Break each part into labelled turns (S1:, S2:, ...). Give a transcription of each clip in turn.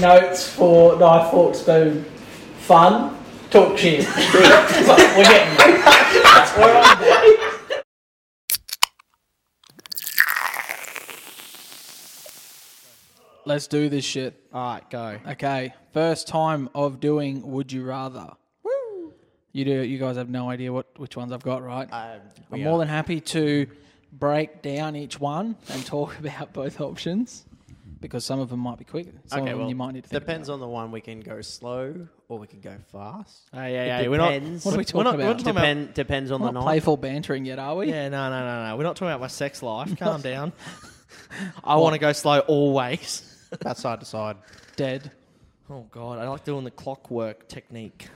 S1: notes for knife, fork, spoon, fun, talk shit. We're getting there. We're on there.
S2: Let's do this shit. All right, go. Okay, first time of doing Would You Rather. Woo! You do. You guys have no idea what which ones I've got, right? I'm more than happy to break down each one and talk about both options because some of them might be quick. Some of
S3: Okay,
S2: them
S3: well,
S2: you might need to think
S3: depends on the one. We can go slow or we can go fast.
S4: Hey, hey,
S3: It
S4: hey, Oh, we're not.
S3: depends.
S2: What are we
S4: we're
S2: talking
S4: not-
S2: about?
S4: We're not talking about
S3: Depend, depends on
S2: We're
S3: the
S2: not
S3: night.
S2: playful bantering yet, are we?
S4: yeah, no, no, no, no. We're not talking about my sex life. Calm down. I want to go slow always.
S3: That's side to side.
S2: Dead.
S4: Oh God, I like doing the clockwork technique.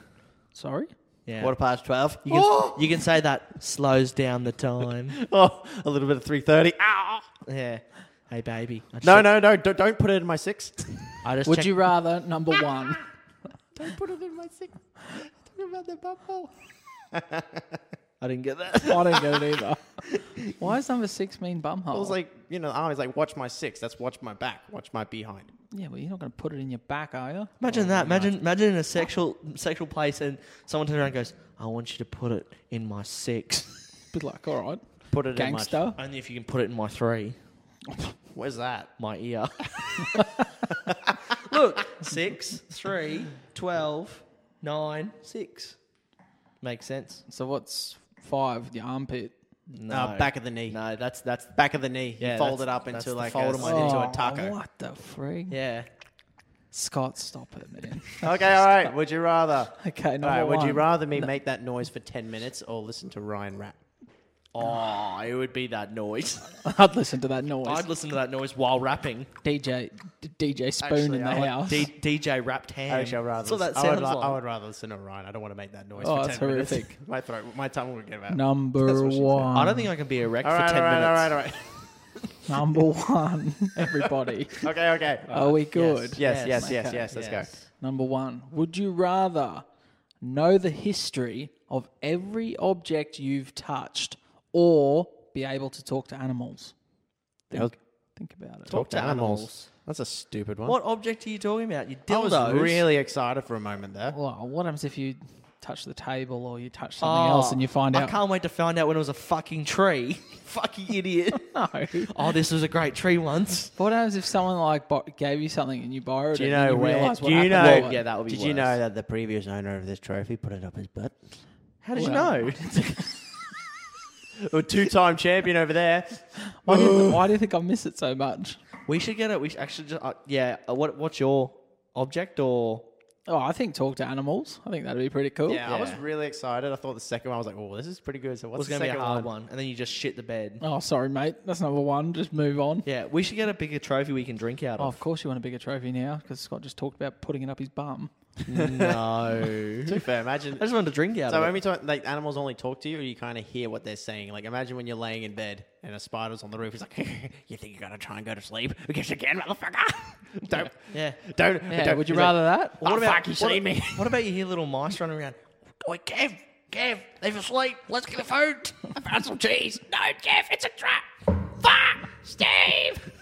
S2: Sorry.
S4: Yeah. Oh.
S3: Quarter past twelve.
S4: you, can, you can say that slows down the time.
S3: Oh, a little bit of three thirty. Ah. Ow!
S4: yeah. Hey baby. I just
S3: No,
S4: check-
S3: no, no! Don't, don't put it in my six.
S4: I just
S2: Would
S4: check-
S2: you rather number one?
S3: don't put it in my six. Talking about the bubble.
S4: I didn't get that.
S2: I don't get it either. Why does number six mean bumhole?
S3: I was like, you know, I was like, watch my six. That's watch my back. Watch my behind.
S2: yeah, well, you're not going to put it in your back, are you?
S4: Imagine that. Imagine imagine in a sexual sexual place and someone turns around and goes, I want you to put it in my six.
S2: Be like, all right,
S3: Put it in
S2: gangster.
S4: Only if you can put it in my three.
S3: my. Where's that?
S4: My ear. Look, six, three, twelve, nine, six. Makes sense.
S2: So what's five? The armpit.
S4: No.
S3: Uh, back of the knee.
S4: No, that's that's
S3: Back of the knee.
S4: Yeah,
S3: you fold it
S4: that's-
S3: up
S4: that's
S3: into
S4: the
S3: like
S4: fold
S3: a,
S4: of my
S3: into a
S2: Oh,
S3: taco.
S2: What the frig?
S4: yeah.
S2: Scott, stop it, man.
S3: Okay, all right. Would you rather?
S2: Okay,
S3: All right.
S2: number
S3: Would you
S2: one.
S3: rather me make that noise for ten minutes or listen to Ryan rap?
S4: Oh, it would be that noise.
S2: I'd listen to that noise.
S4: I'd listen to that noise while rapping.
S2: DJ, D- DJ Spoon
S3: Actually,
S2: in the
S3: I would-
S2: house.
S4: D- DJ rapped ham.
S3: Actually, I'd rather.
S4: That's what that
S3: I, would
S4: sounds
S3: li- I
S4: like.
S3: would rather listen to Ryan. I don't want to make that noise
S2: Oh,
S3: for
S2: that's
S3: ten minutes.
S2: horrific.
S3: my throat, my tongue would get out. That's
S2: number
S3: what she said.
S2: one.
S4: I don't think I can be erect
S3: All
S4: for
S3: right,
S4: ten
S3: all right,
S4: minutes.
S3: all right, all right.
S2: Number one. Everybody,
S3: Okay, okay.
S4: Oh,
S2: are we good?
S3: yes, yes, yes, yes,
S2: Okay.
S3: Let's go.
S2: Number one. Would you rather know the history of every object you've touched, or be able to talk to animals? Think,
S3: was-
S2: think about it.
S4: Talk to animals.
S3: That's a stupid one.
S4: What object are you talking about? You
S3: I
S4: dildos.
S3: was really excited for a moment there.
S2: Well, what happens if you touch the table or you touch
S3: Ah,
S2: something else and you find
S4: Ah, I
S2: out?
S4: can't wait to find out when it was a fucking tree. fucking idiot.
S2: No.
S4: oh, this was a great tree once.
S2: What happens if someone like bo- gave you something and you borrowed
S3: Do
S2: it
S3: you
S2: and
S3: know
S2: you
S3: where?
S2: realised
S3: Do
S2: what
S3: you
S2: happened?
S3: know?
S2: to it?
S4: yeah, that would be
S3: Did you
S4: worse.
S3: know that the previous owner of this trophy put it up his butt?
S4: How did
S2: Well-
S4: you know?
S3: A two-time champion over there.
S2: Why do, you, why do you think I miss it so much?
S4: we should get it. We should actually just uh, yeah. Uh, what what's your object or
S2: Oh, I think talk to animals. I think that'd be pretty cool.
S3: Yeah, I was
S4: Yeah.
S3: really excited. I thought the second one. I was like, "Oh, this is pretty good." So what's
S4: was
S3: the
S4: going to be
S3: second
S4: a hard one. And then you just shit the bed.
S2: Oh, sorry, mate. That's number one. Just move on.
S4: Yeah, we should get a bigger trophy we can drink out
S2: Oh,
S4: of.
S2: of course you want a bigger trophy now because Scott just talked about putting it up his bum.
S4: no.
S3: To be fair, imagine.
S4: I just wanted to drink out
S3: So
S4: of
S3: when
S4: it.
S3: we talk, like animals only talk to you, or you kind of hear what they're saying. Like imagine when you're laying in bed and a spider's on the roof. He's like, "You think you're gonna try and go to sleep? Who gives a can, motherfucker? don't,
S4: Yeah.
S3: don't,
S2: Yeah,
S3: don't."
S2: would you
S3: he's like,
S2: rather that?
S3: "Oh, fuck, you
S4: what,
S3: seen me?
S4: what about you hear little mice running around?
S5: Oi, Kev, Kev, leave us asleep. Let's get the food. I found some cheese. No, Kev, it's a trap. Fuck, Steve.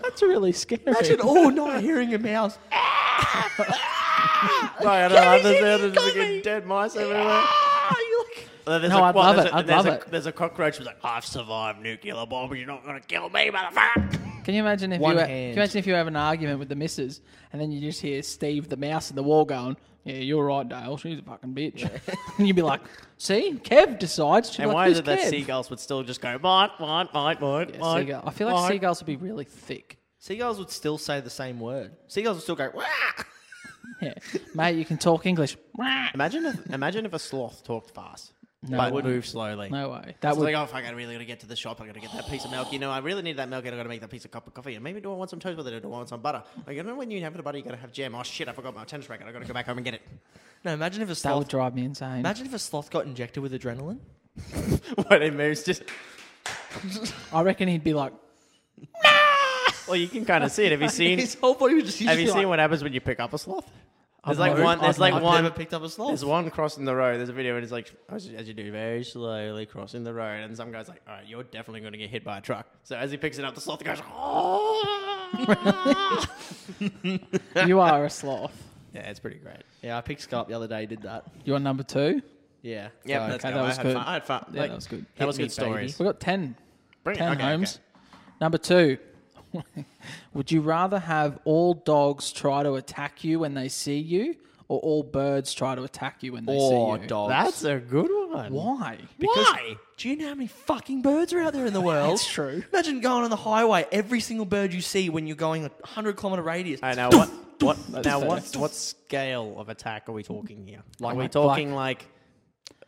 S2: That's really scary.
S4: Imagine all night hearing a mouse.
S3: Sorry, I don't understand. There's like a dead mice everywhere.
S4: Ah, you like
S3: There's
S2: No,
S3: a-
S2: I'd
S3: well,
S2: love
S3: there's
S2: it.
S3: a-
S2: I'd
S3: there's
S2: love
S3: a-
S2: it.
S3: There's a cockroach who's like, I've survived nuclear bomb, but you're not going to kill me, motherfucker.
S2: Can you imagine if
S4: One
S2: you ha-
S4: hand.
S2: can you imagine if you have an argument with the missus and then you just hear Steve the mouse in the wall going, "Yeah, you're right, Dale. She's a fucking bitch." and you'd be like, "See, Kev decides." She'd be
S3: And
S2: like,
S3: why
S2: Who's
S3: is it that
S2: Kev?
S3: seagulls would still just go, mine, mine, mine, mine,
S2: Yeah,
S3: mine?
S2: seagull. I feel like
S3: mine."
S2: seagulls would be really thick.
S4: Seagulls would still say the same word. Seagulls would still go, Wah!
S2: Yeah, mate, you can talk English.
S3: Imagine if, imagine if a sloth talked fast,
S2: No
S3: but
S2: way.
S3: would move slowly.
S2: No way. That
S3: It's
S2: would
S3: like, oh, fuck, I really got to get to the shop. I got to get that piece of milk. You know, I really need that milk and I got to make that piece of cup of coffee. And maybe do I want some toast with it or do I want some butter? Like, you know, when you have the butter, you got to have jam. Oh, shit, I forgot my tennis racket. I got to go back home and get it.
S4: No, imagine if a
S2: that would
S4: sloth.
S2: drive me insane.
S4: imagine if a sloth got injected with adrenaline.
S3: when it moves, just.
S2: I reckon he'd be like,
S3: Well, you can kind of see it. Have you seen
S4: His whole body would just.
S3: Have you seen what happens when you pick up a sloth? There's
S2: I've
S3: like
S2: never-
S3: one. There's
S2: I've
S3: like
S4: I've
S3: one.
S4: never picked up a sloth.
S3: There's one crossing the road. There's a video, and it's like as, as you do, very slowly crossing the road, and some guy's like, "All right, you're definitely going to get hit by a truck." So as he picks it up, the sloth goes, "Oh!"
S2: you are a sloth.
S4: Yeah, it's pretty great. Yeah, I picked Skype the other day. Did that.
S2: You're on number two.
S4: Yeah.
S3: Yeah,
S4: So-
S3: that's
S2: okay,
S3: good.
S2: that was
S3: I had
S2: good.
S3: fun. I had fun.
S2: Yeah,
S3: Like,
S2: that was good.
S3: That was
S4: Hit me,
S3: good stories.
S2: We got ten.
S3: Bring it.
S2: Ten
S3: Okay,
S2: homes.
S3: okay.
S2: Number two. Would you rather have all dogs try to attack you when they see you, or all birds try to attack you when they
S4: Or
S2: see you?
S4: dogs.
S3: That's a good one.
S2: Why?
S3: Why?
S4: Do you know how many fucking birds are out there in the world?
S2: That's true.
S4: Imagine going on the highway. Every single bird you see when you're going a hundred kilometer radius.
S3: I know what what now
S2: fair.
S3: what what scale of attack are we talking here? Like are
S2: my
S3: we talking like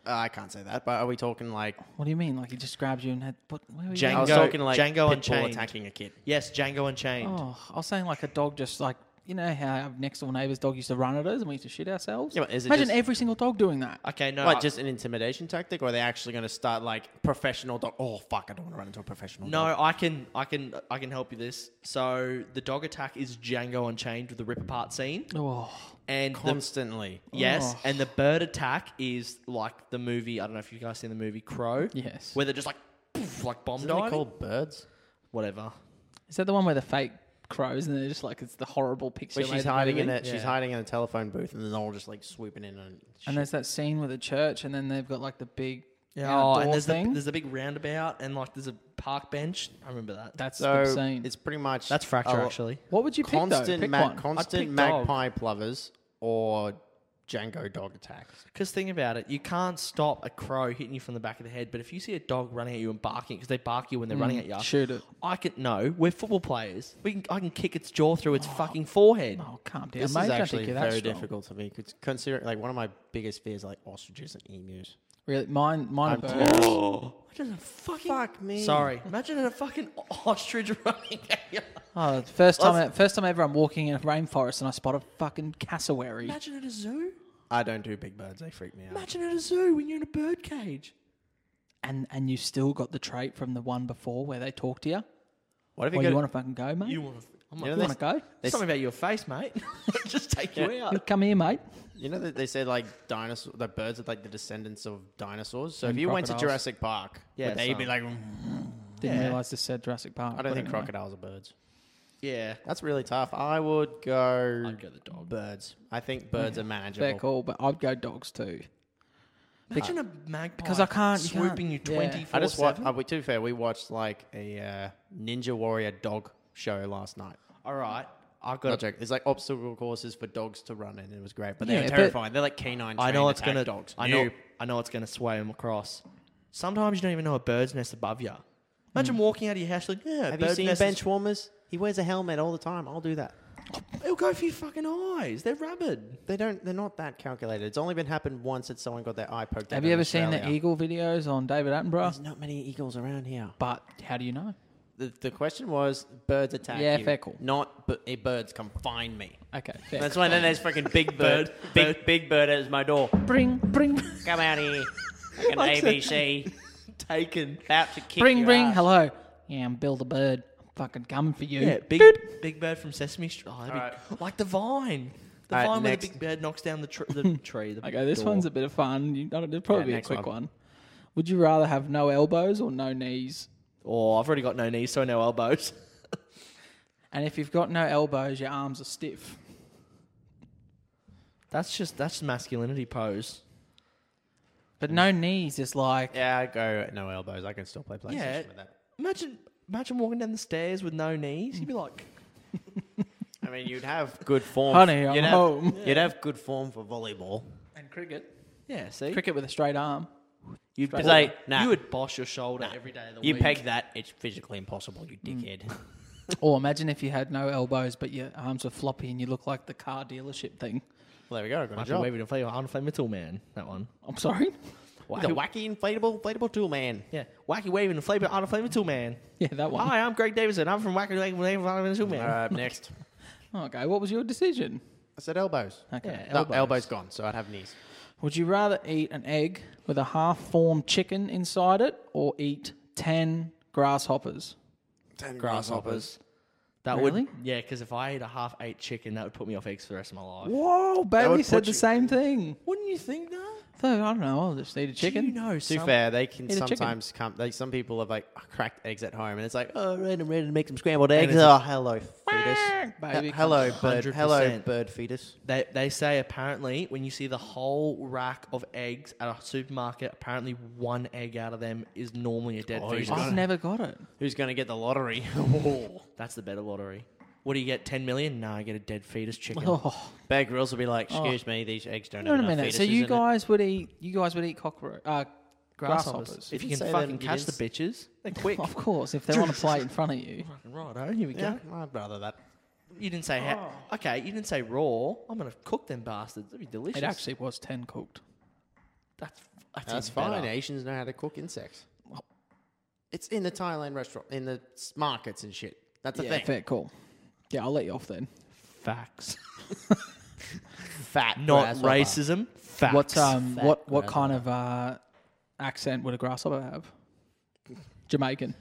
S3: uh, I can't say that, but are we talking like
S2: What do you mean? Like he just grabs you and had? What, where were you
S3: I
S2: going?
S3: was
S4: Django-
S3: talking like
S4: Django
S3: Pitbull
S4: Unchained.
S3: attacking a kid.
S4: Yes, Django Unchained.
S2: Oh, I was saying like a dog just like you know how our next door neighbour's dog used to run at us and we used to shit ourselves.
S3: Yeah, but is it
S2: Imagine
S3: just-
S2: every single dog doing that.
S4: Okay, no.
S3: What,
S4: I-
S3: just an intimidation tactic, or are they actually going to start like professional dog? Oh fuck, I don't want to run into a professional.
S4: no,
S3: dog.
S4: I can, I can, I can help you this. So the dog attack is Django Unchained with the rip apart scene,
S2: Oh,
S4: and the,
S3: constantly.
S4: yes,
S2: Oh.
S4: and the bird attack is like the movie. I don't know if you guys seen the movie Crow.
S2: Yes.
S4: where they're just like, poof, like bomb
S3: Isn't it
S4: diving.
S3: called birds?
S4: Whatever.
S2: is that the one where the fake crows and they're just like it's the horrible picture?
S3: Where she's hiding in a she's
S4: Yeah.
S3: hiding in a telephone booth, and then they're all just like swooping in
S2: And
S3: and. shit.
S2: there's that scene with the church, and then they've got like the big
S4: oh,
S2: outdoor
S4: and there's
S2: thing.
S4: the there's a big roundabout, and like there's a park bench. I remember that.
S2: That's the
S3: so
S2: scene.
S3: it's pretty much
S4: That's fracture
S3: Oh,
S4: actually.
S2: what would you pick though?
S3: constant
S2: Pick
S3: ma-
S2: one.
S4: pick
S3: constant
S4: dog.
S3: magpie plovers or Django dog attacks.
S4: Because think about it, you can't stop a crow hitting you from the back of the head, but if you see a dog running at you and barking, because they bark you when they're running at you,
S2: Mm. shoot it.
S4: I can no. We're football players. We can, I can kick its jaw through its fucking forehead.
S2: Oh, calm down,
S3: This
S2: mate.
S3: is
S2: Don't
S3: actually
S2: think you're that
S3: very
S2: strong.
S3: difficult for me. Cons- Considering like one of my biggest fears, are, like ostriches and emus.
S2: Really, mine, mine. are
S3: I'm
S2: birds.
S4: Imagine a fucking
S3: Fuck me.
S4: Sorry. Imagine a fucking ostrich running at you.
S2: Oh, the first time, first time ever, I'm walking in a rainforest and I spot a fucking cassowary.
S4: Imagine at a zoo.
S3: I don't do big birds. They freak me out.
S4: Imagine at a zoo when you're in a bird cage.
S2: and and you still got the trait from the one before where they talk to you.
S3: What
S2: Well,
S3: if you go?
S2: you
S3: to-
S2: want to fucking go, mate?
S4: Oh, You
S2: You,
S4: want to? I'm
S3: you
S4: like,
S3: know,
S2: want to
S3: they,
S2: go?
S4: there's something about your face, mate. Just take you out.
S2: Come here, mate.
S3: you know that they say like dinosaur, the birds are like the descendants of dinosaurs. So
S2: And
S3: if you went to
S2: crocodiles.
S3: Jurassic Park,
S4: Yeah,
S3: would they
S4: some.
S3: be like? "Mm,
S2: Didn't
S4: Yeah.
S2: realise this said Jurassic Park.
S3: I don't
S2: but
S3: think
S2: anyway.
S3: crocodiles are birds.
S4: Yeah.
S3: That's really tough. I would go.
S4: I'd go the dog.
S3: Birds. I think birds are manageable.
S2: They're cool, but I'd go dogs too.
S4: Imagine a magpie
S2: Because I can't- you can't-
S4: swooping you
S2: yeah. I
S4: twenty
S3: I
S4: four
S3: just watched.
S4: seven.
S3: Uh, we, to be fair, we watched like a uh, Ninja Warrior dog show last night.
S4: All right, I've got.
S3: Not joking. It's like obstacle courses for dogs to run in. It was great, but they
S2: Yeah,
S3: were
S2: but-
S3: terrifying. They're like canine.
S4: I know
S3: trained
S4: it's
S3: attack
S4: gonna.
S3: dogs.
S4: I know. I know it's gonna sway them across. Sometimes you don't even know a bird's nest above you. Imagine walking out of your house like, yeah,
S3: Hmm. Have you
S4: bird's
S3: seen
S4: nest
S3: bench warmers? He wears a helmet all the time. I'll do that.
S4: Is, it'll go for your fucking eyes. They're rabid.
S3: They don't. They're not that calculated. It's only been happened once that someone got their eye poked.
S2: Have
S3: out
S2: you
S3: in
S2: ever seen the
S3: Australia.
S2: eagle videos on David Attenborough?
S3: There's not many eagles around here.
S2: But how do you know?
S3: The, the question was birds attack.
S2: Yeah,
S3: you,
S2: fair call.
S3: Not but eh, birds come find me.
S2: Okay, fair.
S3: That's why then there's freaking big bird, big big bird at my door.
S2: bring, bring,
S3: Come out here, like an ABC,
S4: Taken.
S3: about to kick
S2: bring,
S3: your
S2: bring.
S3: ass.
S2: Hello. Yeah, I'm Bill the Bird. I'm fucking coming for you.
S4: Yeah, big
S2: Doot.
S4: big bird from Sesame Street. Oh, that'd be-
S3: Alright.
S4: Like the vine. The
S3: Alright,
S4: vine where the
S3: next.
S4: big bird knocks down the, tr- the tree. The
S2: Okay, this
S4: door.
S2: one's a bit of fun. You, it'll probably be a
S3: next
S2: quick one.
S3: one.
S2: Would you rather have no elbows or no knees?
S4: Oh, I've already got no knees, so no elbows.
S2: And if you've got no elbows, your arms are stiff.
S4: That's just that's masculinity pose.
S2: But no knees is like
S3: Yeah, I go no elbows. I can still play PlayStation
S4: Yeah.
S3: with that.
S4: Imagine imagine walking down the stairs with no knees. You'd be like,
S3: I mean, you'd have good form.
S2: Honey, I'm
S3: you'd have,
S2: home.
S3: You'd have good form for volleyball.
S2: and cricket.
S4: yeah, see.
S2: Cricket with a straight arm.
S4: You'd
S3: It's
S4: boss,
S3: like, nah.
S4: you would boss your shoulder every day of the
S3: You
S4: week.
S3: peg that, it's physically impossible, you
S2: Mm.
S3: dickhead.
S2: or imagine if you had no elbows but your arms were floppy and you look like the car dealership thing.
S3: well, there we go. I got a
S4: Might be
S3: job.
S4: waving a flame, Arnold Flame Metal Man. That one.
S2: I'm sorry.
S3: The wacky inflatable, inflatable tool man.
S4: Yeah, wacky waving a flame, Arnold Flame Metal Man.
S2: Yeah, that one.
S4: Hi, I'm Greg Davison. I'm from Wacky Waving a Flame Metal Man.
S3: Uh, next.
S2: Okay, what was your decision?
S3: I said elbows.
S2: Okay.
S4: Yeah.
S3: No,
S4: Elbows.
S3: Uh, elbows. gone, so I'd have knees.
S2: Would you rather eat an egg with a half formed chicken inside it or eat 10 grasshoppers?
S4: grasshoppers. That
S2: Really?
S4: would yeah, because if I ate a half ate chicken, that would put me off eggs for the rest of my life.
S2: Whoa,
S3: would
S2: Bailey
S3: put
S2: said the
S3: you-
S2: same thing.
S4: Wouldn't you think that?
S2: So, I don't know. I'll just eat a chicken.
S4: you know
S3: To
S4: some-
S3: fair, they can
S2: Eat a chicken.
S3: sometimes come. Like some people have like cracked eggs at home, and it's like, oh, random, ready to make some scrambled eggs.
S4: it's
S3: Oh, hello, fetus.
S2: Baby
S3: He- hello, bird. Hello,
S4: 100%.
S3: bird fetus.
S4: They, they say apparently when you see the whole rack of eggs at a supermarket, apparently one egg out of them is normally a dead
S3: Oh, he's
S4: fetus.
S3: got
S2: I've never got it.
S3: Who's gonna get the lottery?
S4: That's the better lottery. What do you get? Ten million? No, I get a dead fetus chicken.
S2: Oh,
S3: Bear Grylls will be like, excuse me, these eggs don't have
S2: wait a
S3: enough
S2: minute.
S3: fetuses
S2: So you
S3: in it."
S2: guys would eat? You guys would eat cockroach? Uh, grasshoppers.
S4: If you
S3: Didn't
S4: can
S3: say
S4: fucking
S3: that it
S4: catch
S3: is.
S4: the bitches, they're quick.
S2: Of course, if they're on a plate in front of you.
S4: right, oh, here we go.
S3: Yeah, I'd rather that.
S4: You didn't say ha- okay. You didn't say raw. I'm gonna cook them bastards. That'd be delicious.
S2: It actually was 10 cooked.
S4: that's that's,
S3: That's
S4: even
S3: fine.
S4: better.
S3: Asians know how to cook insects. It's in the Thailand restaurant, in the s- markets and shit. That's a
S2: yeah,
S3: thing.
S2: fair call. Yeah, I'll let you off then.
S4: Facts,
S3: Fat,
S4: not
S3: grasshopper.
S4: racism. Facts.
S2: What um
S3: fat
S2: what what kind of uh, accent would a grasshopper have? Jamaican.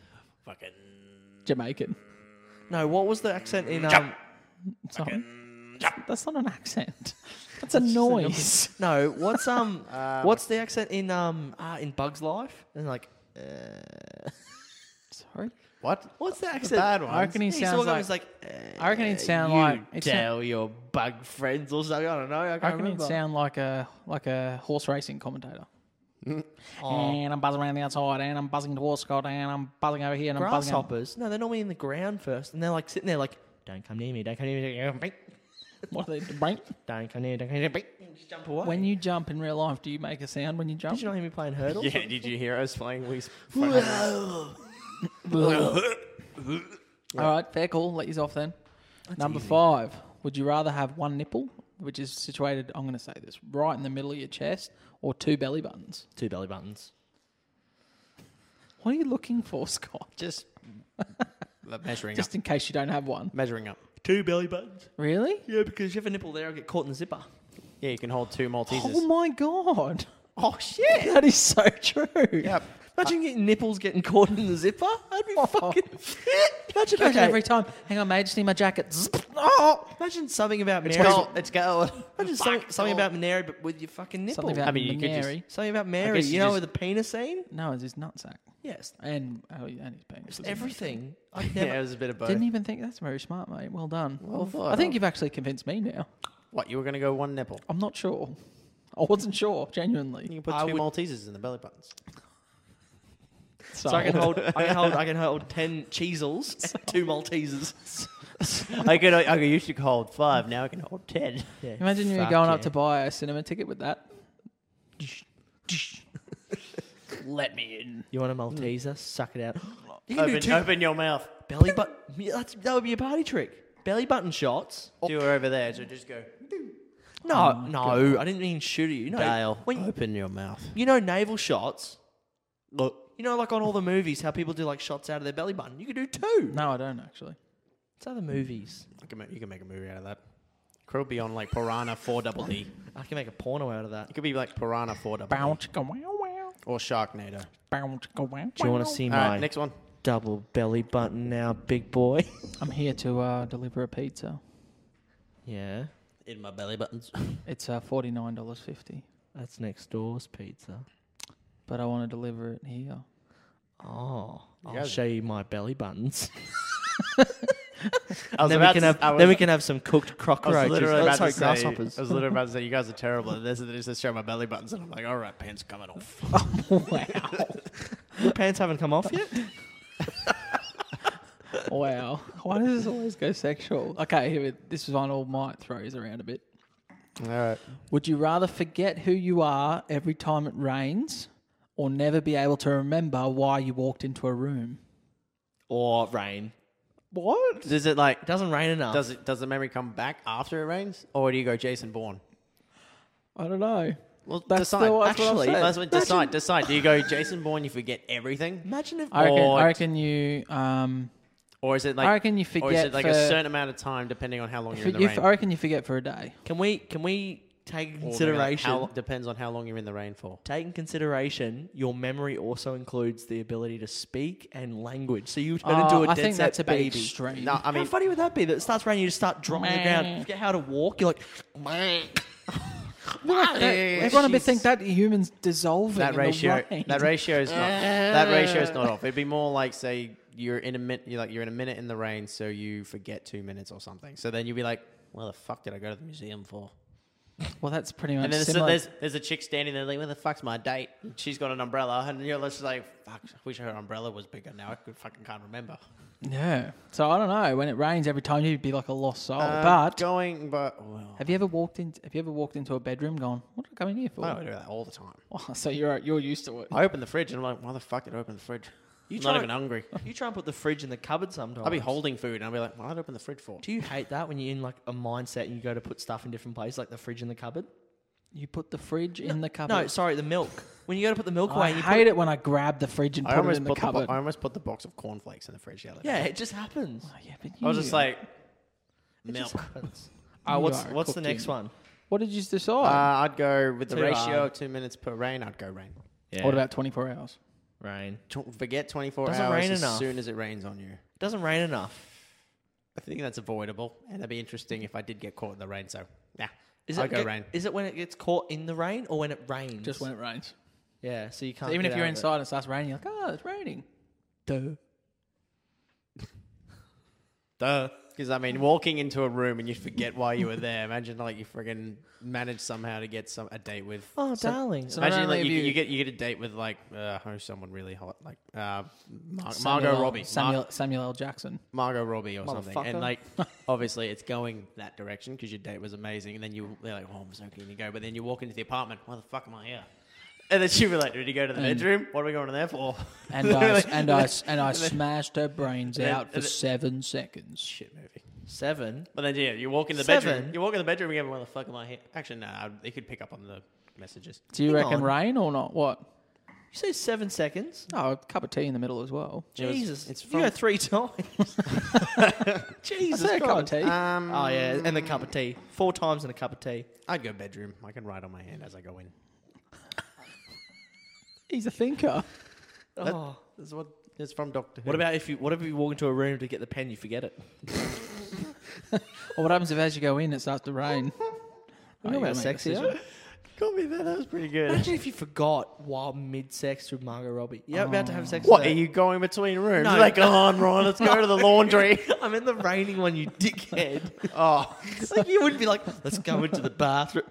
S3: Fucking
S2: Jamaican.
S4: No, what was the accent in um?
S2: It's not- that's not an accent. That's a noise.
S4: No, what's um? what's the accent in um? Uh, in Bugs Life? And like, uh,
S2: Sorry.
S3: what?
S4: what's the accent?
S3: bad
S2: I
S3: ones.
S2: reckon he
S4: He
S2: sounds like,
S4: was like, uh,
S2: I reckon he'd sound
S4: you
S2: like it sound-
S4: tell your bug friends or something. I don't know. I can't
S2: I reckon
S4: remember.
S2: he'd sound like a like a horse racing commentator.
S4: Oh,
S2: And Mm, I'm buzzing around the outside, and I'm buzzing towards Scott, and I'm buzzing over here, and I'm buzzing. over-
S4: grasshoppers. No, they're normally in the ground first, and they're like sitting there, like, "Don't come near me! Don't come near me! Don't come near me!
S2: What are they? brain?
S4: Don't come near me! Don't come near me!" And Just jump away.
S2: When you jump in real life, do you make a sound when you jump?
S4: Did you not hear me playing hurdles?
S3: Yeah, did you hear us playing Wii
S2: All right, fair call. Let you off then. Number five. Would you rather have one nipple, which is situated, I'm going to say this, right in the middle of your chest, or two belly buttons?
S4: Two belly buttons.
S2: What are you looking for, Scott?
S3: Just measuring
S2: Just
S3: up.
S2: in case you don't have one.
S3: Measuring up.
S4: Two belly buttons.
S2: Really?
S4: Yeah, because if you have a nipple there, I'll get caught in the zipper.
S3: Yeah, you can hold two Maltesers.
S2: Oh my god.
S4: Oh shit!
S2: That is so true.
S3: yep.
S4: Imagine getting nipples getting caught in the zipper. I'd be fucking. imagine,
S2: Imagine
S4: okay.
S2: every time. Hang on, mate, I just need my jacket.
S4: Oh, imagine something about Mary.
S3: It's go.
S4: Imagine some, something about Mary, but with your fucking nipple.
S2: Something about
S3: I mean, you could just-
S2: Mary.
S4: Something about Mary.
S3: guess
S4: You,
S3: you
S4: know,
S3: just-
S4: with the penis scene.
S2: No, it's his nutsack.
S4: Yes,
S2: And, oh, and his penis. isn't it?
S4: everything. I've
S3: Yeah, it
S4: never.
S3: was a bit of both.
S2: Didn't even think that's very smart, mate. Well done.
S3: Well thought
S2: I think
S3: of.
S2: you've actually convinced me now.
S3: What, you were going to go one nipple?
S2: I'm not sure. I wasn't sure, genuinely.
S3: You can put
S4: I
S3: two
S4: would-
S3: Maltesers in the belly buttons.
S2: So,
S4: So I can hold. I can hold. I can hold ten cheesels, and two Maltesers.
S3: I could, I could, you should hold five. Now I can hold ten.
S4: Yeah.
S2: Imagine you were
S4: Fuck
S2: going up
S4: yeah.
S2: to buy a cinema ticket with that. Let me in.
S4: You want a Malteser? Suck it out. You can do
S3: Open,
S4: two
S3: open your mouth.
S4: belly button. Yeah, that's, that would be a party trick. Belly button shots. Oh,
S3: Do her over there. So just go.
S4: No, no, I didn't mean shoot at you. No,
S3: Dale,
S4: when
S3: open your mouth.
S4: you know naval shots.
S3: Look.
S4: You know, like on all the movies, how people do like shots out of their belly button. You could do two.
S2: No, I don't actually.
S4: It's other movies.
S3: I can make, you can make a movie out of that. Could be on like Piranha 4 Double D.
S4: I can make a porno out of that.
S3: It could be like Piranha 4 Double D.
S2: Bounce go wow wow.
S3: Or Sharknado.
S2: Bounce go wow.
S4: Do you want to see
S3: All
S4: my
S3: right, next one.
S4: double belly button now, big boy?
S2: I'm here to uh, deliver a pizza.
S4: yeah,
S3: In my belly buttons.
S2: It's uh, forty nine dollars fifty,
S4: that's next door's pizza.
S2: but I want to deliver it here.
S4: Oh, I'll
S3: guys-
S4: show you my belly buttons.
S3: I was
S4: then we
S3: about
S4: can
S3: to-
S4: have
S3: I was-
S4: then we can have some cooked
S3: I was
S4: cockroaches.
S3: literally
S4: Oh,
S3: about
S4: sorry,
S3: to say,
S4: grasshoppers.
S3: I was literally about to say, you guys are terrible. This is this is show my belly buttons, and I'm like, all right, pants coming off.
S2: wow.
S4: Your pants haven't come off yet.
S2: wow. Why does this always go sexual? Okay, here we, this is one all might throws around a bit.
S3: All right.
S2: Would you rather forget who you are every time it rains or never be able to remember why you walked into a room?
S4: Or rain.
S3: What? Is it like
S4: It doesn't rain enough.
S3: does it does the memory come back after it rains, or do you go Jason Bourne?
S2: I don't know.
S3: Well,
S2: That's the-
S3: decide.
S2: that's what I
S3: Actually,
S2: said.
S3: that's what- decide. Decide. Do you go Jason Bourne? You forget everything,
S4: Imagine if
S2: I reckon,
S3: Or-
S2: I reckon you um
S3: or is it like
S2: I reckon you
S3: or is
S2: forget
S3: it like
S2: for-
S3: a certain amount of time depending on how long you're in the
S2: you,
S3: rain?
S2: I reckon you forget for a day.
S4: can we can we take into
S3: Or maybe, like,
S4: consideration
S3: how- depends on how long you're in the rain for.
S4: take in consideration your memory also includes the ability to speak and language. So you turn into
S2: Oh,
S4: a
S2: I
S4: dead
S2: think
S4: set
S2: that's a bit
S4: baby.
S2: extreme.
S3: No, I
S4: How
S3: mean,
S4: funny would that be? That it starts raining, you just start dropping on the ground. Forget how to walk. You're like,
S2: Everyone would think that humans dissolving.
S3: that
S2: in
S3: ratio
S2: The rain.
S3: that ratio is not that ratio is not off. It'd be more like say you're in a minute you're like you're in a minute in the rain, so you forget two minutes or something. So then you'll be like, Well the fuck did I go to the museum for?
S2: well, that's pretty much
S3: And then so
S2: similar.
S3: there's there's a chick standing there like, Where the fuck's my date? And she's got an umbrella and you're just like, Fuck, I wish her umbrella was bigger now. I could fucking can't remember.
S2: yeah. So I don't know. When it rains every time, you'd be like a lost soul.
S3: Um,
S2: Oh, but
S3: going but well
S2: have you ever walked in? Have you ever walked into a bedroom gone? What did I come in here for?
S3: I do that all the time.
S2: Oh, so you're you're used to it.
S3: I open the fridge and I'm like, Why the fuck did I open the fridge?
S4: You
S3: I'm not
S4: try-
S3: even hungry.
S4: You try and put the fridge in the cupboard sometimes.
S3: I'll be holding food and I'll be like, Why'd I open the fridge for?
S4: Do you hate that when you're in like a mindset and you go to put stuff in different places, like the fridge in the cupboard?
S2: You put the fridge in the cupboard.
S4: No, sorry, the milk. When you go to put the milk away,
S2: I
S4: and you
S2: hate
S4: put,
S2: it when I grab the fridge and
S3: I
S2: put it
S3: almost
S2: in the
S3: put the bo-
S2: cupboard.
S3: I almost put the box of cornflakes in the fridge the other day.
S4: Yeah, it just happens.
S2: Oh, yeah, but
S3: I was just
S2: you-
S3: like,
S4: It
S3: milk.
S4: just happens. Uh,
S2: You
S4: what's
S2: are
S4: what's the next
S2: cooking.
S4: one?
S2: what did you
S3: Uh,
S2: decide?
S3: I'd go with the
S4: Too
S3: ratio
S4: hard.
S3: of two minutes per rain. I'd go rain.
S4: Yeah.
S2: What about 24 hours?
S4: rain?
S3: Tw- Forget 24
S4: Doesn't
S3: hours
S4: rain
S3: as
S4: enough.
S3: soon as it rains on you.
S4: Doesn't rain enough.
S3: I think that's avoidable, and it'd be interesting if I did get caught in the rain. So, nah,
S4: Is
S3: I'll
S4: it
S3: go
S4: get-
S3: rain.
S4: Is it when it gets caught in the rain or when it
S3: Mm.
S4: rains?
S2: Just when it rains.
S4: Yeah, so you can't.
S2: even
S4: get
S2: if you're
S4: out of it.
S2: inside and it starts raining, you're like, oh, it's raining. Duh.
S3: Duh. Because I mean, walking into a room and you forget why you were there. Imagine like you friggin' managed somehow to get some a date with.
S4: Oh, darling.
S2: so-
S3: Imagine
S2: only
S3: like you,
S2: have you-
S3: you get you get a date with like uh, oh, someone really hot like uh, Mar-
S2: Samuel-
S3: Margot Robbie. Mar-
S2: Samuel, Samuel L. Jackson.
S3: Margot Robbie or something.
S2: Motherfucker.
S3: And like, obviously, it's going that direction because your date was amazing. And then you, they're like, "Oh, I'm so keen to go." But then you walk into the apartment. Why the fuck am I here? And then she was like, "Did you go to the
S2: And-
S3: bedroom? What are we going in there for?"
S2: And I, and I, and I smashed her brains
S3: then-
S2: out for
S3: and then-
S2: seven seconds.
S3: shit movie.
S4: Seven.
S3: But then yeah, you walk in the
S4: Seven?
S3: bedroom. You walk in the bedroom again. Why the fuck am I here? Actually, no, I, they could pick up on the messages.
S2: Do you
S4: Hang
S2: reckon
S4: on.
S2: rain or not? What?
S4: You say seven seconds?
S2: Oh, a cup of tea in the middle as well.
S3: It was-
S4: Jesus,
S3: it's
S4: you go
S3: from-
S4: three times. Jesus
S2: I said a cup of tea.
S4: Christ.
S3: Um,
S4: Oh yeah, and the cup of tea. Four times in a cup of tea.
S3: I'd go bedroom. I can write on my hand as I go in.
S2: He's a thinker.
S3: That-
S4: Oh.
S3: That's what it's from Doctor. Who.
S4: What about if you? What if you walk into a room to get the pen, you forget
S2: Oh,
S4: it?
S2: Well, what happens if as you go in, it starts to rain? Are you
S4: about
S2: gonna make
S4: sex,
S2: this
S4: isn't
S2: up?
S3: Call me that. That was pretty good.
S4: Imagine if you forgot while mid-sex with Margot Robbie. You're about to have sex.
S3: What
S4: with
S3: are
S4: her.
S3: you going between rooms?
S4: No.
S3: Like, come on, Ron, let's go to the laundry.
S4: I'm in the raining one, you dickhead.
S3: oh,
S4: It's like you wouldn't be like, let's go into the bathroom.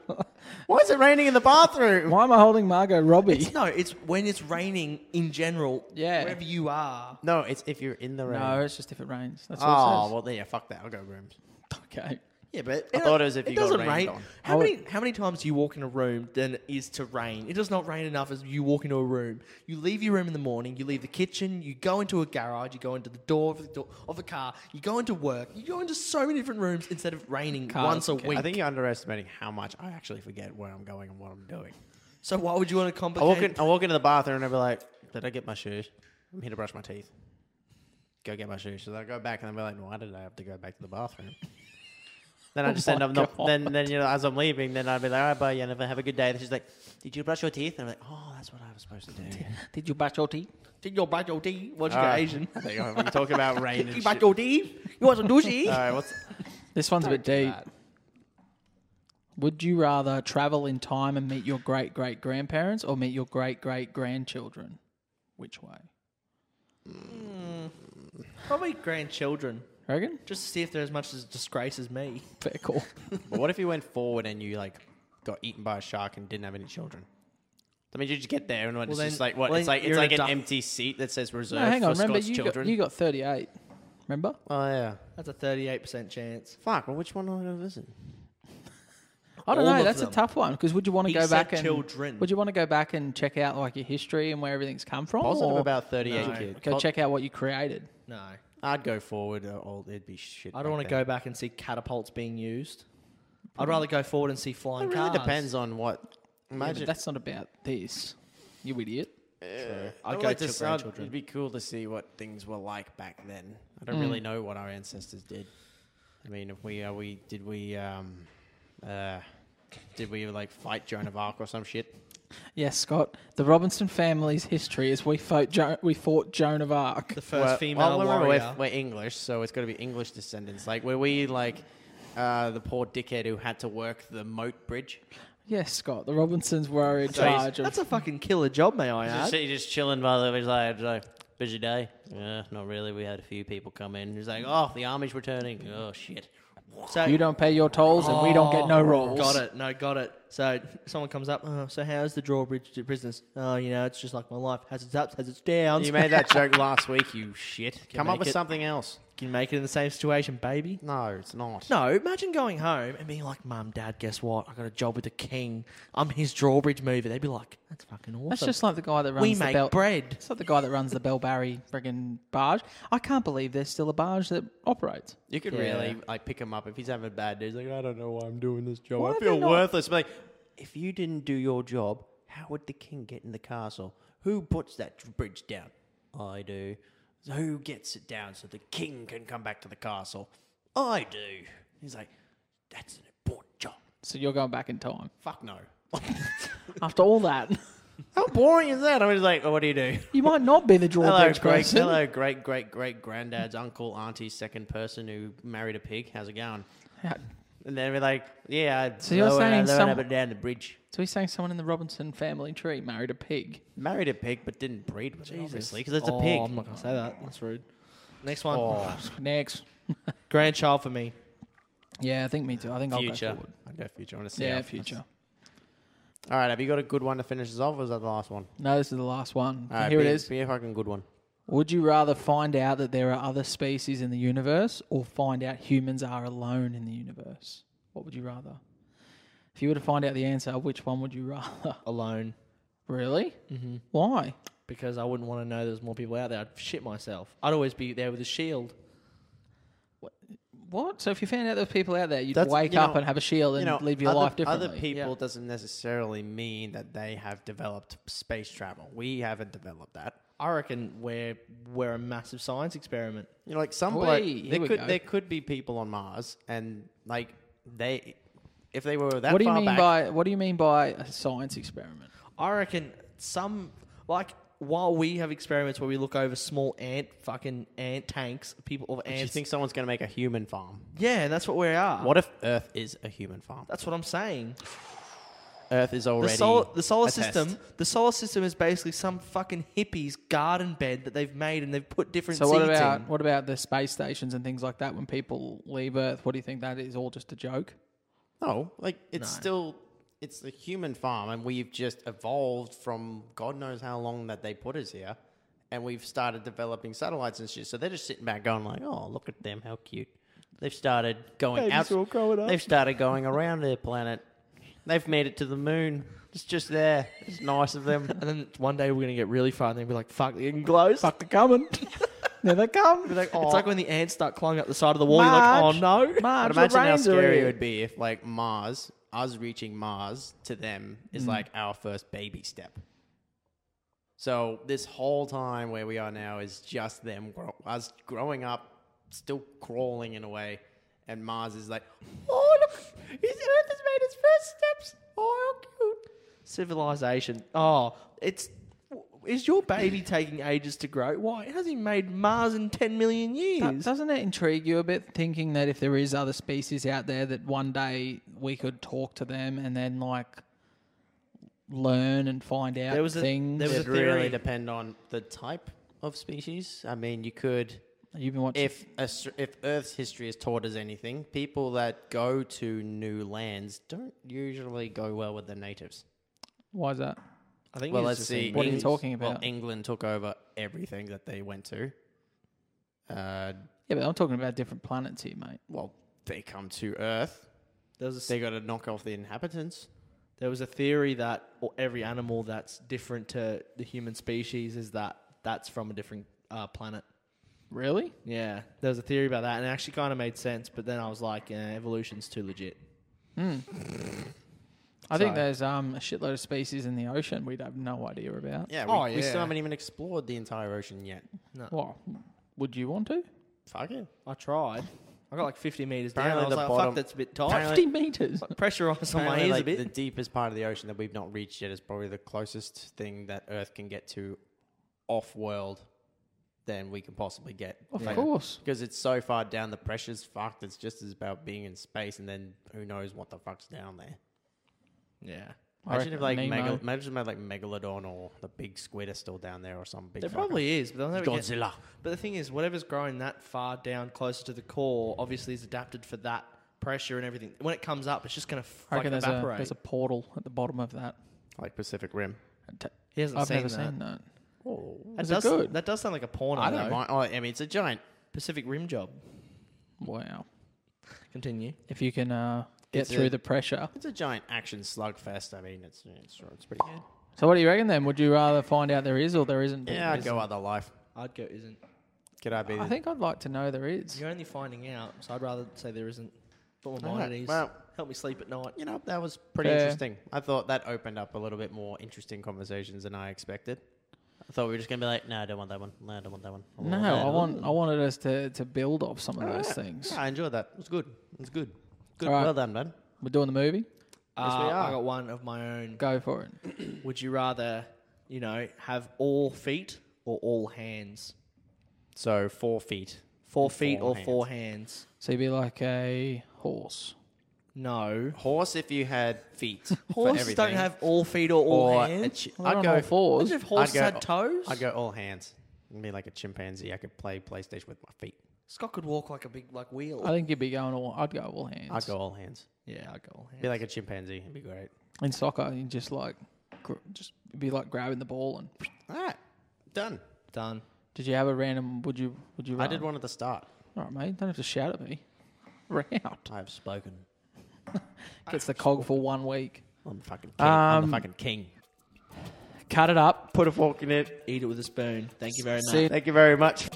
S3: why is it raining in the bathroom?
S2: Why am I holding Margot Robbie?
S4: It's, no, it's when it's raining in general.
S2: Yeah.
S4: Wherever you are.
S3: No, it's if you're in the rain.
S2: No, it's just if it rains. That's all
S3: Oh
S2: it
S3: well, there. Yeah, fuck that. I'll go rooms.
S2: says. Okay.
S3: Yeah, but I thought it was if you got
S4: doesn't
S3: rained
S4: rain.
S3: on.
S4: How
S2: I would-
S4: many how many times do you walk in a room than it is to rain? It does not rain enough as you walk into a room. You leave your room in the morning. You leave the kitchen. You go into a garage. You go into the door of the door of a car. You go into work. You go into so many different rooms instead of raining
S2: Cars,
S4: once a
S2: okay.
S4: week.
S3: I think you're underestimating how much I actually forget where I'm going and what I'm doing.
S4: so why would you want to
S3: I walk
S4: complicate?
S3: in. I walk into the bathroom and I'll be like, "Did I get my shoes? I'm here to brush my teeth. Go get my shoes." So then I go back and I'll be like, "Why did I have to go back to the bathroom?" Then I
S2: Oh
S3: just
S2: my
S3: end up not.
S2: God.
S3: Then, then you know, as I'm leaving, then I'd be like, "All right, bye, Jennifer. Have a good day." And she's like, "Did you brush your teeth?" And I'm like, "Oh, that's what I was supposed to do."
S2: Did you brush your teeth?
S4: Did your bite your tea? What you
S3: All
S4: got
S3: right.
S4: Asian?
S3: There you go. uh, We talk about rain and
S4: You
S3: shit.
S4: bite your tea? You want some douchey?
S3: All right, what's
S2: This one's a bit deep. Would you rather travel in time and meet your great great grandparents or meet your great great grandchildren? Which way?
S4: Probably grandchildren.
S2: Reckon?
S4: Just to see if they're as much as disgrace as me.
S2: Fair call.
S3: But what if you went forward and you like got eaten by a shark and didn't have any children? I mean, you just get there and it's
S4: then-
S3: just like what?
S4: well,
S3: it's
S4: then
S3: like it's
S4: you're
S3: like
S4: an
S3: an
S4: adult.
S3: empty seat that says
S2: no,
S3: reserved
S2: hang on.
S3: for
S2: Remember,
S3: Scott's
S2: you
S3: children.
S2: got, you got 38. Remember?
S3: oh yeah.
S4: That's a thirty-eight percent chance.
S3: Fuck. Well, which one am I going to visit?
S2: I don't
S4: All
S2: know.
S4: of
S2: That's
S4: them.
S2: a tough one because would you want to go
S4: Except
S2: back and
S4: children.
S2: would you want to go back and check out like your history and where everything's come from?
S3: Positive
S2: or
S3: about thirty-eight
S4: No.
S3: kids.
S2: Go check out what you created.
S4: No,
S3: I'd go forward. Or old, it'd be shit.
S4: I don't want to go back and see catapults being used. I'd rather go forward and see flying
S3: It really
S4: cars.
S3: depends on what.
S2: Yeah, but
S3: Imagine
S2: that's not about this. You idiot.
S3: I'd
S4: I'd go
S3: like
S4: to
S3: to sound-
S4: grandchildren.
S3: It'd be cool to see what things were like back then. I don't really know what our ancestors did. I mean, if we are we did we um uh did we like fight Joan of Arc or some shit?
S2: Yes, Scott. The Robinson family's history is we fought jo- we fought Joan of Arc.
S4: The first
S3: Well,
S4: female
S3: well, remember,
S4: warrior.
S3: We're, we're English, so it's got to be English descendants. Like were we like uh the poor dickhead who had to work the moat bridge?
S2: Yes, Scott. The Robinsons were in
S4: So he's-
S2: charge of.
S4: that's a fucking killer job, may I
S3: Just,
S4: add?
S3: he's just chilling by the way. He's like, he's like, busy day. Yeah, not really. We had a few people come in. He's like, oh, the army's returning. Oh shit.
S4: So Oh,
S2: You don't pay your tolls, and we don't get no rolls.
S4: Got it. No, got it. So someone comes up. Oh, so how's the drawbridge to prisoners? Oh, you know, it's just like my life. Has its ups, has its downs.
S3: You made that joke last week. You shit. Come
S4: make
S3: up with
S4: it-
S3: something else.
S4: can make it in the same situation, baby.
S3: No, it's not.
S4: No, imagine going home and being like, "Mum, Dad, guess what? I got a job with the king. I'm his drawbridge mover." They'd be like, "That's fucking awesome."
S2: That's just like the guy that runs
S4: we
S2: the
S4: make
S2: belt.
S4: bread.
S2: It's like the guy that runs the Bellbarry friggin' barge. I can't believe there's still a barge that operates.
S3: You could
S4: Yeah.
S3: really like pick him up if he's having a bad day. He's like, I don't know why I'm doing this job.
S2: Why
S3: I
S2: are
S3: feel
S2: they not-
S3: worthless. But like, if you didn't do your job, how would the king get in the castle? Who puts that dr- bridge down? I do. So who gets it down so the king can come back to the castle? I do. He's like, that's an important job.
S2: So you're going back in time.
S3: Fuck no.
S2: After all that,
S3: How boring is that? I was like, oh, what do you do?
S2: you might not be the
S3: Hello,
S2: drawbridge
S3: great,
S2: person.
S3: hello, great, great, great granddad's uncle, auntie's second person who married a pig. How's it going?
S2: Yeah.
S3: And then we're like, yeah,
S2: So you're saying
S3: I
S2: some-
S3: up and down the bridge.
S2: So he's saying someone in the Robinson family tree married a pig.
S3: Married a pig, but didn't breed with it, obviously, because it's a pig.
S4: Oh, I'm not gonna say that. That's rude. Next one,
S2: Oh, Next.
S4: grandchild for me.
S2: Yeah, I think me too. I think I'll
S3: future.
S2: go forward.
S3: I go future. I want to see.
S2: Yeah,
S3: how-
S2: future.
S3: All right, have you got a good one to finish this off? Or is that the last one?
S2: No, this is the last one.
S3: All right,
S2: Here it
S3: be-
S2: is.
S3: Be a fucking good one.
S2: Would you rather find out that there are other species in the universe or find out humans are alone in the universe? What would you rather? If you were to find out the answer, which one would you rather?
S4: Alone,
S2: Really? Mm-hmm. Why?
S4: because I wouldn't want to know there's more people out there. I'd shit myself. I'd always be there with a shield.
S2: What? So if you found out there was people out there, you'd
S3: That's-
S2: wake
S3: you
S2: up
S3: know-
S2: and have a shield and live your
S3: other,
S2: life differently.
S3: Other people doesn't necessarily mean that they have developed space travel. We haven't developed that.
S4: I reckon we're we're a massive science experiment.
S3: You know, like some
S2: Oi,
S3: bloke,
S2: here
S3: there
S2: we
S3: could
S2: go.
S3: there could be people on Mars, and like they, if they were that
S2: what do you
S3: far
S2: mean
S3: back,
S2: by what do you mean by a science experiment?
S4: I reckon some like while we have experiments where we look over small ant fucking ant tanks, people of
S3: do you
S4: ants.
S3: think someone's going to make a human farm?
S4: yeah, that's what we
S2: Ah.
S4: are.
S3: What if Earth is a human farm?
S4: That's what I'm saying.
S3: Earth is
S4: The
S3: already
S4: solar, the solar
S3: a
S4: system,
S3: test.
S4: the solar system is basically some fucking hippie's garden bed that they've made and they've put different
S2: So what
S4: seeds
S2: about
S4: in.
S2: what about the space stations and things like that? When people leave Earth, what do you think that is? All just a joke?
S3: No, like it's still it's a human farm, and we've just evolved from God knows how long that they put us here, and we've started developing satellites and shit. So they're just sitting back going like, "Oh, look at them, how cute." They've started going out. They've started going around their planet. They've made it to the moon. It's just there. It's nice of them.
S4: And then one day we're gonna get really far and then be like, "Fuck, they're getting close."
S2: Fuck the coming. there they come.
S4: Be like, "Oh." It's like when the ants start climbing up the side of the wall. You're like, "Oh no!"
S2: Marge,
S3: But imagine how
S2: rains are
S3: scary it
S2: in.
S3: would be if, like, Mars, us reaching Mars to them is like our first baby step. So this whole time where we are now is just them, grow- us growing up, still crawling in a way, and Mars is like, oh look, his Earth has made its first steps. Oh, how cute.
S4: Civilization. Oh, it's. Is your baby taking ages to grow? Why? It hasn't made Mars in 10 million
S2: Do-
S4: years.
S2: Doesn't it intrigue you a bit thinking that if there is other species out there that one day we could talk to them and then like learn and find out
S4: There was a-
S2: things?
S4: there was a
S3: It really
S4: theory-
S3: depend on the type of species. I mean, you could.
S2: You've been watching.
S3: if Aus- if Earth's history has taught us anything, people that go to new lands don't usually go well with the natives.
S2: Why is that?
S4: I think
S3: well,
S4: it's
S3: let's
S4: just
S3: see.
S4: in-
S2: What are you
S3: Eng-
S2: talking
S3: well,
S2: about?
S3: England took over everything that they went to. Uh,
S2: Yeah, but I'm talking about different planets here, mate.
S3: well, they come to Earth.
S4: There was, a,
S3: They got to knock off the inhabitants.
S4: there was a theory that or every animal that's different to the human species is that that's from a different uh, planet.
S2: Really?
S4: Yeah, there was a theory about that, and it actually kind of made sense. But then I was like, eh, evolution's too legit.
S2: Hmm. I think
S4: So-
S2: there's um, a shitload of species in the ocean we have no idea about.
S3: Yeah, we,
S4: Oh,
S3: we
S4: yeah.
S3: still haven't even explored the entire ocean yet.
S2: Well, would you want to?
S3: Fuck it.
S4: I tried. I got like 50 meters down.
S3: Apparently
S4: I was
S3: the
S4: like, "Oh,
S3: bottom-
S4: fuck, that's a bit tight.
S3: Apparently-
S2: 50 meters.
S4: Pressurized on my
S3: Apparently,
S4: ears
S3: like,
S4: a bit.
S3: The deepest part of the ocean that we've not reached yet is probably the closest thing that Earth can get to off world than we can possibly get.
S2: Of course.
S3: Because it's so far down, the pressure's fucked. It's just as about being in space, and then who knows what the fuck's down there.
S4: Yeah.
S3: Imagine if like
S2: reckon Nemo.
S3: mega, imagine if, like megalodon or the big squid are still down there or some big.
S4: There
S3: fucker.
S4: probably is, but they'll never get-
S3: Godzilla.
S4: But the thing is, whatever's growing that far down, closer to the core, obviously is adapted for that pressure and everything. When it comes up, it's just going to
S2: I
S4: fucking
S2: reckon there's a,
S4: evaporate.
S2: there's a portal at the bottom of that.
S3: Like Pacific Rim.
S2: T-
S4: He hasn't
S2: I've
S4: seen
S2: never
S4: that.
S2: seen that.
S4: that
S2: it
S4: does
S2: good?
S4: that does sound like a porno.
S3: I don't
S4: though.
S3: mind. Oh, I mean, it's a giant.
S4: Pacific Rim job.
S2: Wow.
S4: Continue.
S2: If you can uh, get
S3: It's
S2: through
S3: a-
S2: the pressure.
S3: It's a giant action slugfest. I mean, it's it's, it's pretty good.
S2: So what do you reckon then? Would you rather find out there is or there isn't?
S3: Yeah, I'd go other life.
S4: I'd go isn't.
S3: Could I be?
S2: I think I'd like to know there is.
S4: You're only finding out, so I'd rather say there isn't. Put my
S3: All
S4: mind at
S3: right,
S4: ease.
S3: well-
S4: Help me sleep at night.
S3: you know that was pretty
S2: Fair.
S3: interesting. I thought that opened up a little bit more interesting conversations than I expected. I thought we were just gonna be like, no, I don't want that one. No, I don't want that one. I
S2: No,
S3: want that
S2: I
S3: one."
S2: want I wanted us to, to build off some of
S3: Yeah,
S2: those things.
S3: Yeah, I enjoyed that. It was good. It was good. Good.
S2: All right.
S3: Well done, man.
S2: We're doing the movie.
S4: Uh,
S3: we are.
S4: I got one of my own.
S2: Go for it.
S4: Would you rather, you know, have all feet or all hands?
S3: So four feet.
S4: Four feet
S3: Four
S4: or four hands?
S2: So you'd be like a horse.
S4: No.
S3: Horse if you had feet. for
S4: Horses don't
S3: everything.
S4: have all feet or all
S3: Or a
S4: hands.
S3: chi-
S2: Well,
S3: I'd
S2: on
S3: go
S2: all fours.
S4: Imagine if horses
S3: I'd go-
S4: had toes.
S3: I'd go all hands. I'd be like a chimpanzee. I could play PlayStation with my feet.
S4: Scott could walk like a big like wheel.
S2: I think you'd be going all. I'd go all hands.
S3: I'd go all hands.
S4: yeah, I go all hands.
S3: Be like a chimpanzee. It'd be great.
S2: In soccer, you just like gr- just be like grabbing the ball and.
S3: All right, done.
S4: Done.
S2: Did you have a random? Would you? Would you?
S3: I
S2: Rather?
S3: did one at the start.
S2: All right, mate. Don't have to shout at me. Round
S3: I have spoken.
S2: gets the cog for one week.
S3: I'm the fucking king. I'm the
S2: Um,
S3: fucking king.
S2: Cut it up.
S3: Put a fork in it.
S4: Eat it with a spoon. Thank you very much.
S2: See you
S3: Thank you very much.